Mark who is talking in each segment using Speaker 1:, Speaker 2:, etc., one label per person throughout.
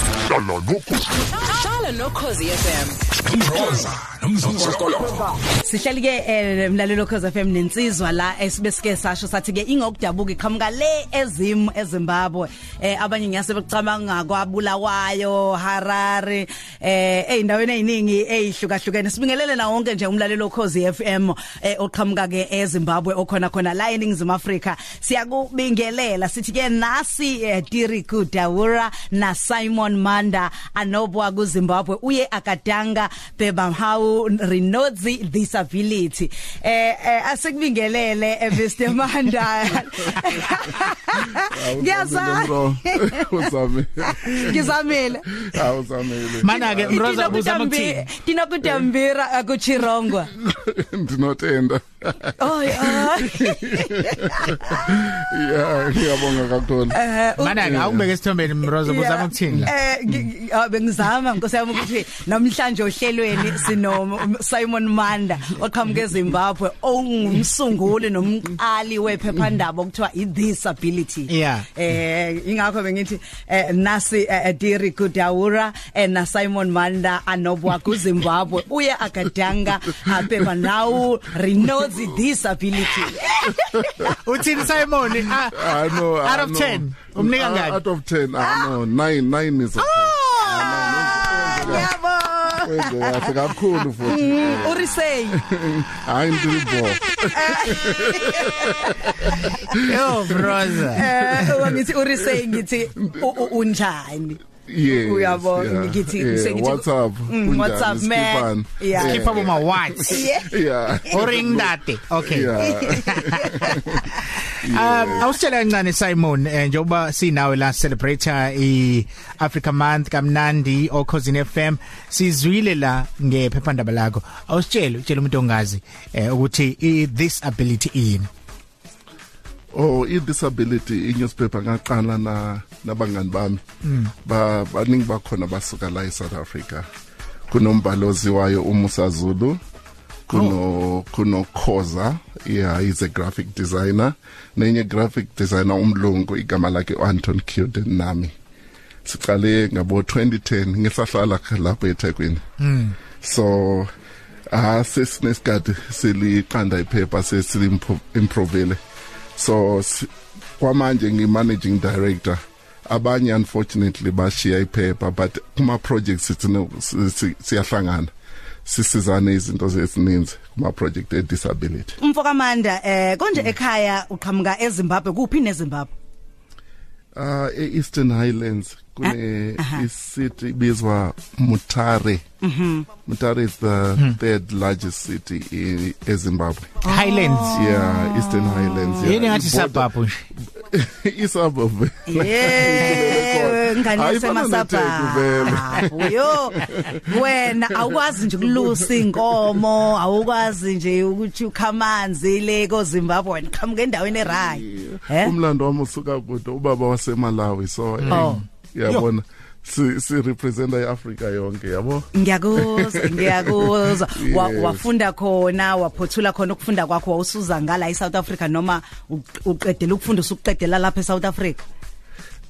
Speaker 1: Shala nokhosi.
Speaker 2: Shala nokhozi FM.
Speaker 1: Umkhoza nomzomsokololo.
Speaker 3: sihleli ke eh, mlalelo Khoza FM nensizwa la esibesike sasho sathi ke ingokudabuka iqhamuka le ezimo eZimbabwe eh abanye ngiyase bekucabanga kwabulawayo Harare eh eindaweni eziningi ezihlukahlukene sibingelele na wonke nje umlalelo Khoza FM eh, oqhamuka ke eZimbabwe okhona khona la eNingizimu Afrika siyakubingelela sithi ke nasi eh, Diriku Dawura na Simon Manda anobwa kuZimbabwe uye akadanga bebamhau rinodzi disability eh eh, asikubingelele eh, Mr Manda ngiyazama
Speaker 4: bro uzame
Speaker 3: ngizamile
Speaker 4: awuzamele Ah,
Speaker 5: Mana ke Mroza buza makuthini?
Speaker 3: tinokutambira akuchirongwa
Speaker 4: ndinotenda
Speaker 3: oy oy
Speaker 4: ya ngiyabonga kakhulu
Speaker 3: Eh,
Speaker 5: Mana ke awubeke isithombeni Mroza buza
Speaker 3: Yeah.
Speaker 5: makuthini la?
Speaker 3: Eh ngi- ngi- ah, bengizama ngosayami ukuthi namhlanje ohlelweni sino um, Simon Manda oqhamuke eZimbabwe ongumsunguli nomqali wephephandaba okuthiwa iDisability.
Speaker 5: Yeah.
Speaker 3: Eh ingakho bengithi eh, nasi eh, Diri Kudawura eh, na Simon Manda anobwa kuZimbabwe uye agadanga aphepha now renounce disability. Eh.
Speaker 5: Uthini Simon? Ah,
Speaker 4: i know I
Speaker 5: Out of
Speaker 4: know. Ah,
Speaker 5: 10, umnika ngani?
Speaker 4: out of 10 i know 9 9 is okay
Speaker 3: Yabo.
Speaker 4: wenze kahle kakhulu futhi
Speaker 3: Uri say
Speaker 4: hayi ndiribo
Speaker 5: yo Mroza.
Speaker 3: eh uma ngithi urise ngithi u- u- unjani
Speaker 4: yes
Speaker 3: Uyabona,
Speaker 4: yeah.
Speaker 3: ngithi-
Speaker 4: Yeah,
Speaker 3: sengithi-
Speaker 4: whatsapp
Speaker 3: Mm,
Speaker 4: Unjani?
Speaker 3: what's up, man?
Speaker 4: Skippani?
Speaker 3: Yeah.
Speaker 5: Keep up my watch.
Speaker 3: yeah
Speaker 4: yeah
Speaker 5: Oring date. Okay.
Speaker 4: yeah
Speaker 5: Um awusitshela kancane Simon eh, njengoba sinawe la celebrate i Africa Month kamnandi o Cousin FM sizwile la ngephephandaba lakho awusitshele utshela umuntu ongazi eh, ukuthi i this ability in
Speaker 4: oh i disability i newspaper ngaqala na nabangani bami ba baningi bakhona basuka la e South Africa kunombalozi wayo uMusa Zulu kuno kuno Khoza yeah he's a graphic designer nenye graphic designer umlungu igama lakhe Anton Kuden nami siqale ngabo 2010 ngisahlala lapho eThekwini so ah sesinesikade siliqanda iphepha sesimprovele so s- kwamanje ngimanaging director abanye unfortunately bashiya iphepha but kuma projects sithina si- si- siyahlangana sisizane izinto ezininzi kuma project e disability
Speaker 3: umfoka Manda eh konje ekhaya uqhamuka eZimbabwe kuphi neZimbabwe
Speaker 4: uh eEastern Highlands kune
Speaker 3: Ah, aha.
Speaker 4: city bizwa Mutare mhm Mutare is the
Speaker 5: Hmm.
Speaker 4: third largest city in eZimbabwe
Speaker 3: Ah.
Speaker 5: Highlands
Speaker 3: Oh.
Speaker 4: yeah Eastern Highlands yeah
Speaker 5: yini ngathi
Speaker 4: Iborder-
Speaker 5: suburb nje
Speaker 4: isabove
Speaker 3: yeah ngani
Speaker 4: Ayifana neTheku vele.
Speaker 3: semasapha yo wena awukwazi nje ukulusa inkomo awukwazi nje ukuthi ukhamanzi le koZimbabwe wena qhamuka endaweni erayi eh
Speaker 4: umlando wami usuka kude ubaba waseMalawi so eh,
Speaker 5: Hmm.
Speaker 3: Oh.
Speaker 4: yabona si si representa iAfrica yonke yabo
Speaker 3: ngiyakuzwa ngiyakuzwa Wa-
Speaker 4: Yes.
Speaker 3: wafunda khona waphothula khona ukufunda kwakho wawusuza ngala eSouth Africa noma u- uqedela ukufunda usuqedela lapha eSouth Africa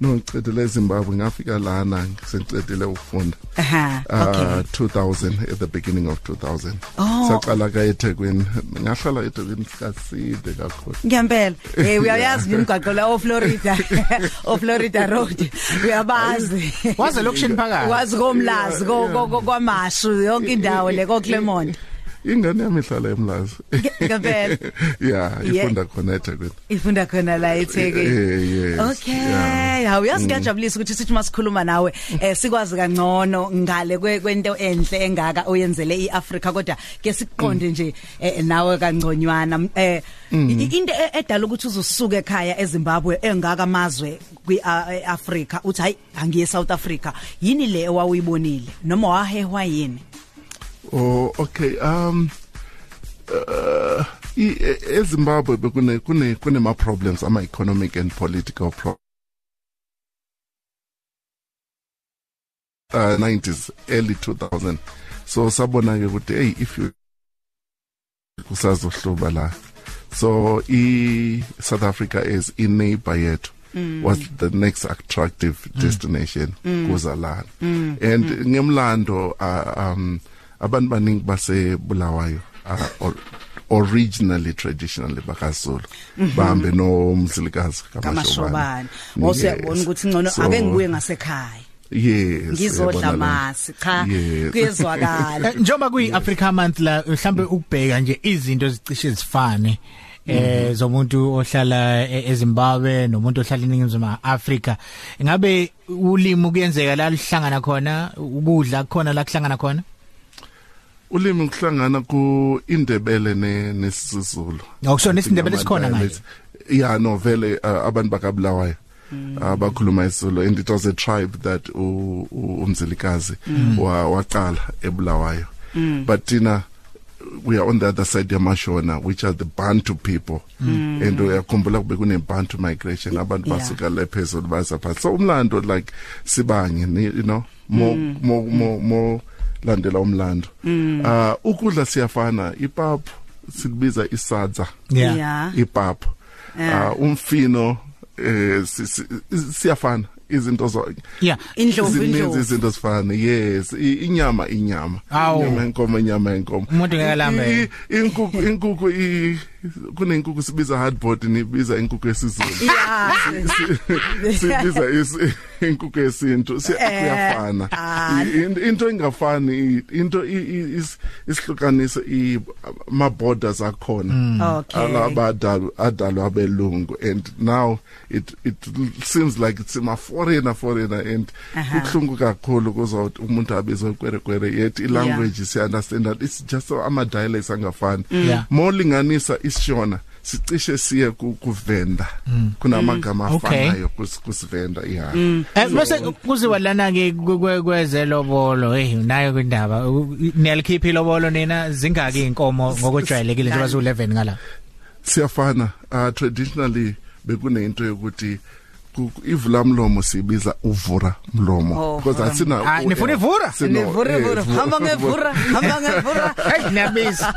Speaker 4: no ngicedele eZimbabwe ngafika lana sengicedele ukufunda
Speaker 3: aha
Speaker 4: uh
Speaker 3: okay
Speaker 4: 2000 at the beginning of 2000
Speaker 3: Oh.
Speaker 4: saqala ka eThekwini ngahlala eThekwini sikaside kakhulu
Speaker 3: ngempela eh uyayazi nje imigwaqo la oFlorida oFlorida Road uyabazi
Speaker 5: waze lokushini phakathi
Speaker 3: wazi komlazi ko- ko- ko- kwamashu yonke indawo le koClermont
Speaker 4: ingane yami ihlala emlazi
Speaker 3: ngempela
Speaker 4: yeah
Speaker 3: Yeah.
Speaker 4: ifunda khona eThekwini
Speaker 3: ifunda khona la eThekwini
Speaker 4: Eh, yes yeah. Mm.
Speaker 3: Okay, hawu yasikajabulisa ukuthi sithi masikhuluma nawe eh sikwazi kangcono ngale kwe- kwento enhle engaka oyenzele iAfrica kodwa ke
Speaker 4: Mm.
Speaker 3: siqonde nje eh, nawe kangconywana eh i- into e- edala ukuthi uzusuke ekhaya eZimbabwe engaka amazwe kwiAfrica uthi hayi angiye eSouth Africa yini le ewawuyibonile noma wahehwa yini
Speaker 4: Oh okay um uh i- e- eZimbabwe bekune kune kune ma problems ama economic and political problems uh 90s early 2000 so sabona ke ukuthi hey if you kusazohluba la so i South Africa is i neighbor yethu
Speaker 3: Mm.
Speaker 4: was the next attractive destination kuza lana
Speaker 3: Mm.
Speaker 4: and ngemlando uh, um abantu baningi basebulawayo uh, or, originally traditionally bakaZulu
Speaker 3: Mhm.
Speaker 4: bahambe nomzilikazi
Speaker 3: kamashobana wosiyabona ukuthi ngcono ake ngibuye ngasekhaya
Speaker 4: yes
Speaker 3: ngizodla
Speaker 4: yabona la.
Speaker 3: masi cha
Speaker 4: Yes.
Speaker 3: kuyezwakala
Speaker 5: Eh, njengoba kuyiAfrica month la mhlambe ukubheka nje izinto ezicishe zifane eh zomuntu ohlala e- eZimbabwe nomuntu ohlala eNingizimu Afrika ngabe ulimi kuyenzeka la lihlangana khona ukudla khona la kuhlangana khona
Speaker 4: ulimi kuhlangana ku indebele ne nesizulu
Speaker 5: Ngokusho nesindebele sikhona manje.
Speaker 4: yeah no vele uh, abantu bakabulawayo abakhuluma mm. uh, isizulu and it was a tribe that u- u- umzilikazi mm. wa, waqala ebulawayo mm. but tina we are on the other side yamashona which are the bantu people mm. and uyakhumbula kube kune bantu migration abantu
Speaker 3: Yeah.
Speaker 4: basuka le phezulu baza phansi so umlando like sibanye ni- you know mo mo mo, mo landela umlando ah ukudla siyafana ipapu silibiza isadza
Speaker 3: Yeah.
Speaker 4: ipapu ah umfino eh si- si- siyafana izinto zonke
Speaker 5: Yeah.
Speaker 3: Indlovu,
Speaker 4: Zininzi
Speaker 3: indlovu.
Speaker 4: izinto zifana yes i- inyama inyama
Speaker 5: Awu.
Speaker 4: inyama yenkomo inyama yenkomo
Speaker 5: Umuntu ngeke alambe.
Speaker 4: I- i- inkukhu inkukhu i- kunenkukhu sibiza hardboard nibiza inkukhu esizulu sibiza isi- inkukhu yesintu siya- kuyafana I- in- into engafani i- into i- i- is- isihlukanise i- ama-borders akhona
Speaker 3: okay
Speaker 4: alabadalwa adalwa belungu and now it it seems like it's a foreigner foreigner and
Speaker 3: Aha.
Speaker 4: kuhlungu kakhulu kuzo umuntu abizwe kwerekwere yet i language yeah. understand that it's just ama dialects angafani
Speaker 5: Yeah.
Speaker 4: more linganisa isishona sicishe siye ku- kuvenda kunamagama
Speaker 5: Okay.
Speaker 4: afanayo kus- kusivenda yeah
Speaker 5: Eh bese kuziwa lana ke kwe- kwe- kwezelobolo hey nayo kwindaba U- niyalikhipha ilobolo nina zingaki inkomo ngokujwayelekile njengoba zu 11 ngala
Speaker 4: siyafana uh, traditionally bekunento yokuthi ku- ivula mlomo siyibiza uvura mlomo
Speaker 3: Oh,
Speaker 4: because
Speaker 3: vura
Speaker 4: asina
Speaker 5: Ah,
Speaker 4: u-
Speaker 5: nifuna
Speaker 4: eh,
Speaker 5: ivura?
Speaker 4: sino- eh,
Speaker 3: nivurevure
Speaker 4: vu-
Speaker 3: hamba ngevura hamba ngevura
Speaker 5: hey niyabiza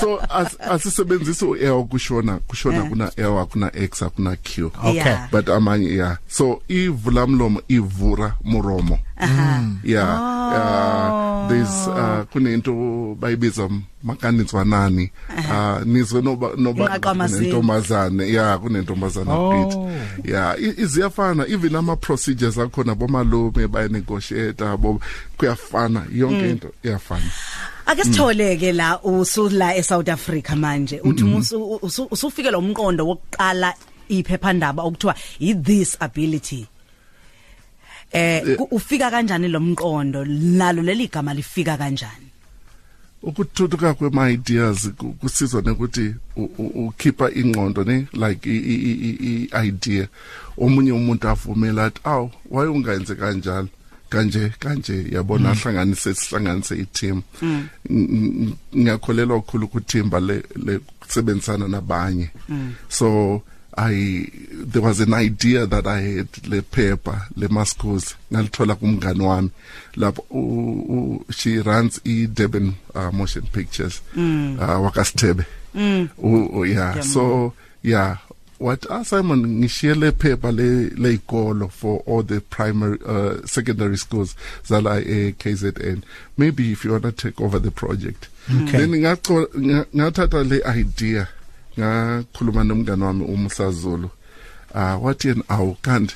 Speaker 4: so as- asisebenzisi u-l kushona
Speaker 3: Eh.
Speaker 4: kushona kuna l akuna x akuna q
Speaker 5: Okay.
Speaker 4: but amanye yeah so ivula mlomo ivura muromo yeah uh, there's uh, kunento bayibiza makanitswanani uh, nizwe noba- noba
Speaker 3: Inqaqamazini.
Speaker 4: nentombazane yeah kunentombazana beat
Speaker 5: Oh.
Speaker 4: yeah i- iziyafana even ama procedures akhona bomalume bayanegotiate abo kuyafana yonke into iyafana
Speaker 3: ake sitholeke la usula eSouth Africa manje uthi
Speaker 4: Mm-hmm.
Speaker 3: musu- usu- usufike lo mqondo wokuqala iphephandaba okuthiwa i this ability eh ku- ufika kanjani lo mqondo nalo leli gama lifika kanjani
Speaker 4: ukuthuthuka kwema-ideas ku- kusizwa nekuthi u- u- ukhipha ingqondo ne like i-idea omunye umuntu avumela athi awu wayungenze kanjalo kanje kanje yabona ahlanganise sihlanganise i-team Ng- ng- ngiyakholelwa kukhulu kuthimba le- lekusebenzisana nabanye so i there was an idea that i had le paper le maskhosi ngalithola kumngani wami lapho u- u- she runs i Durban uh, motion pictures mm. uh, wakasithebe mm. uh, yeah so yeah what uh, Simon ngishiye le paper le leyikolo for all the primary uh, secondary schools zala e KZN maybe if you want to take over the project
Speaker 5: Okay.
Speaker 4: then ngaco- nga- ngathatha le idea ngakhuluma nomngane wami umhlazulu ah wathi yena awu kanti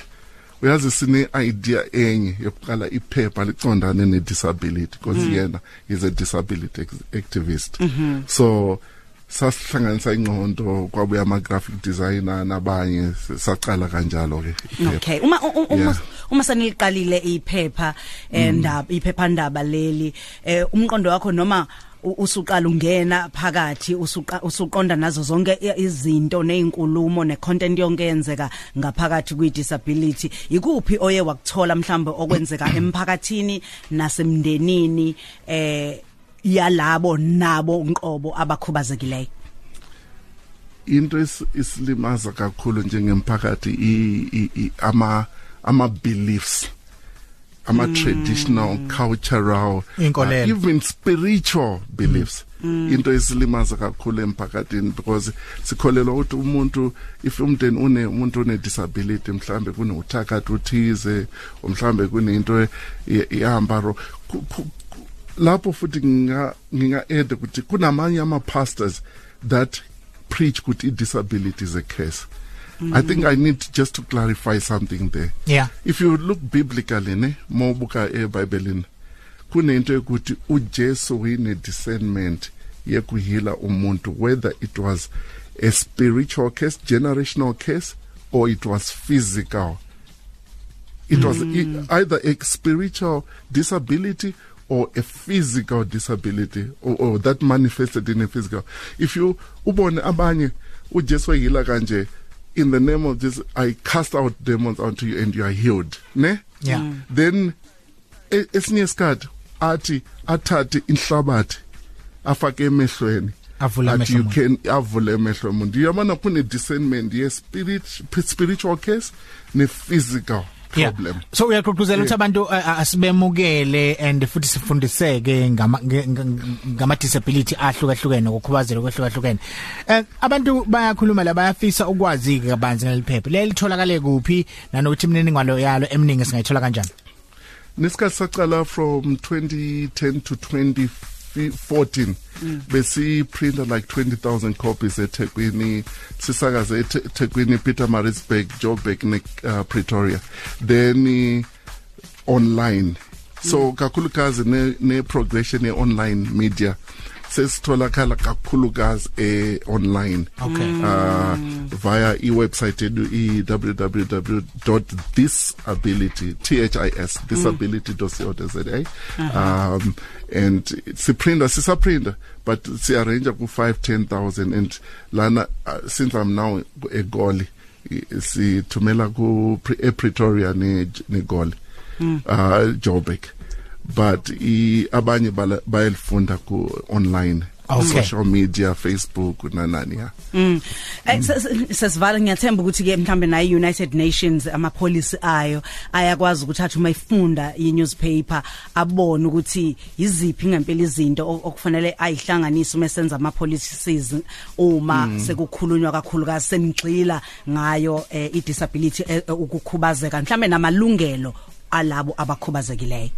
Speaker 4: uyazi sine idea enye yokuqala iphepha licondane ne disability because yena is a disability ex- activist so sasihlanganisa ingqondo kwabuya ama graphic designer nabanye s- saqala kanjalo ke iphepha.
Speaker 3: okay uma u- u- uma
Speaker 4: Yeah.
Speaker 3: uma saniliqalile iphepha endaba iphephandaba leli eh umqondo wakho noma u- usuqala ungena phakathi usuqa- usuqonda nazo zonke i- izinto nezinkulumo necontent yonke yenzeka ngaphakathi kwi disability ikuphi oye wakuthola mhlambe okwenzeka emphakathini nasemndenini eh yalabo nabo nqobo abakhubazekileyo
Speaker 4: into es- isilimaza kakhulu njengemphakathi i- i- i- ama ama beliefs ama traditional cultural
Speaker 5: Inkolelo.
Speaker 4: uh, even spiritual beliefs into isilimaza kakhulu emphakathini because sikholelwa ukuthi umuntu if umndeni une umuntu une disability mhlambe kunothakatha uthize or mhlambe kunento e- ihamba ro ku- ku- ku- lapho futhi nginga nginga add ukuthi kunamanye ama pastors that preach ukuthi i disability is a curse I think I need just to clarify something there.
Speaker 5: Yeah.
Speaker 4: If you look biblically ne e mawubuka eBhayibhelini kunento ukuthi uJesu uyine discernment yekuhila umuntu whether it was a spiritual case generational case or it was physical it was e- either a spiritual disability or a physical disability or, or that manifested in a physical if you ubone abanye ujesu ehila kanje in the name of this i cast out demons unto you and you are healed ne
Speaker 5: Yeah. Mm.
Speaker 4: then e- esinye isikhathi athi athathe inhlabathi afake emehlweni
Speaker 5: Avule
Speaker 4: Athi,
Speaker 5: amehlo
Speaker 4: you
Speaker 5: omuntu."
Speaker 4: can avule emehlo omuntu uyabona kune discernment ye spirit spiritual case ne physical
Speaker 5: Yeah.
Speaker 4: problem
Speaker 5: So uyaqhuquzela ukuthi abantu uh, uh, asibemukele and futhi sifundiseke ngama nge- nge- ngama disability ahlukahlukene ukukhubazela kwehlukahlukene. Eh abantu bayakhuluma la bayafisa ukwazi ke kabanzi ngeliphephe. Lelitholakale kuphi nanokuthi imniningwano yalo eminingi singayithola kanjani?
Speaker 4: nesikhathi sacala from 2010 to 2014 besiprinta like 20000 copies ethekwini sisakaze ethe- ethekwini peter marisburg joburg ne-pretoria uh, then eh, online so kakhulukazi ne, ne progression ye online media sesitholakala kakhulukazi e online
Speaker 5: Okay.
Speaker 4: uh, via iwebsite edu i www.thisability this disability.co.za um and siprinta sisaprinta but siarrange ku 5 10000 and lana uh, since i'm now egoli sithumela ku Pre- ePretoria ne negoli uh Joburg but i abanye bala- bayalifunda ku online
Speaker 5: Okay.
Speaker 4: social media Facebook nanani ya
Speaker 3: Mm. Eh, se- se- sesivala ngiyathemba ukuthi ke mhlambe na United Nations amapolicy ayo ayakwazi ukuthi athi uma ifunda i-newspaper abone ukuthi yiziphi ngempela izinto ok- okufanele ayihlanganise uma senza ama policies uma sekukhulunywa kakhulukazi senigxila ngayo eh, i-disability eh, eh, ukukhubazeka mhlambe namalungelo alabo abakhubazekileyo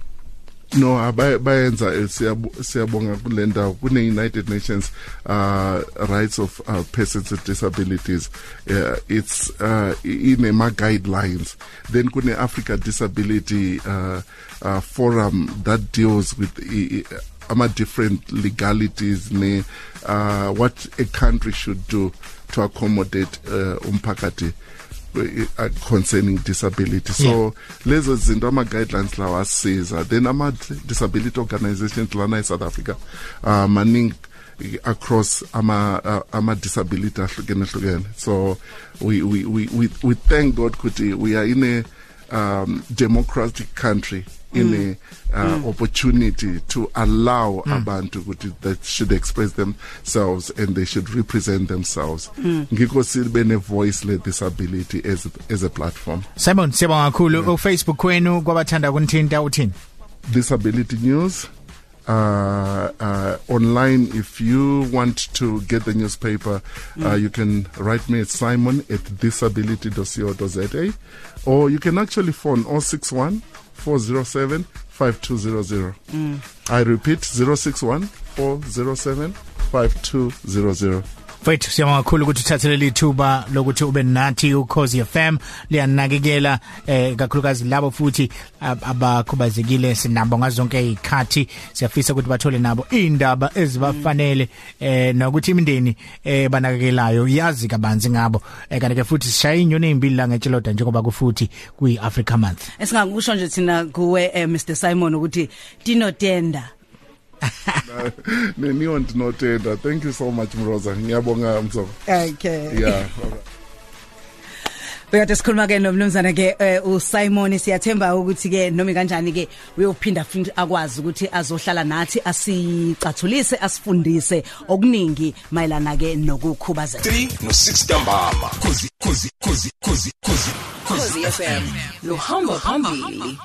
Speaker 4: no ah, abay- bayenza eh, siyabu- siyabonga kule ndawo kune United Nations uh rights of uh, persons with disabilities uh, it's uh inema guidelines then kune Africa disability uh, uh forum that deals with i- i- ama different legalities ne uh what a country should do to accommodate uh, umphakathi uh, concerning disability so
Speaker 5: Yeah.
Speaker 4: lezo zinto ama-guidelines lawa asiza then ama-disability organizations lana e-south africa uh, maningi eh, across ama uh, ama disability ahlukene hlukene so we we we we, we thank god kuti we are in a um, democratic country in mm. a uh, mm. opportunity to allow mm. abantu ukuthi that should express themselves and they should represent themselves ngikho sibe ne voice le disability as as a platform
Speaker 5: Simon siyabonga kakhulu ku Facebook kwenu kwabathanda kunithinta uthini?
Speaker 4: disability news uh, uh, online. If you want to get the newspaper, uh, you can write me at simon at disability.co.za or you can actually phone 061 407 5200. I repeat 061 407 5200.
Speaker 5: Fethu siyabonga kakhulu ukuthi uthathe leli thuba lokuthi ube nathi uCozi FM liyanakekela eh kakhulukazi labo futhi ab- abakhubazekile sinabo ngazonke izikhathi siyafisa ukuthi bathole nabo indaba ezibafanele eh nokuthi imindeni eh banakekelayo yazi kabanzi ngabo Eh, kanti ke futhi sishaye inyoni ezimbili la ngetsheloda njengoba kufuthi kuyiAfrica month
Speaker 3: esingakusho nje thina kuwe eh, Mr Simon ukuthi tinotenda
Speaker 4: Neniyonto notenda. Thank you so much Mroza. Ngiyabonga Mzoko.
Speaker 3: okay
Speaker 4: Yeah.
Speaker 3: Bekade sikhuluma ke nomnumzana ke eh, uSimon siyathemba ukuthi ke noma kanjani ke uyophinda futhi akwazi ukuthi azohlala nathi asicathulise asifundise okuningi mayelana ke nokukhubazeka
Speaker 1: 3 no-6 ntambama khosi khosi khosi khosi khosi
Speaker 2: Khosi FM. Luhamba phambili.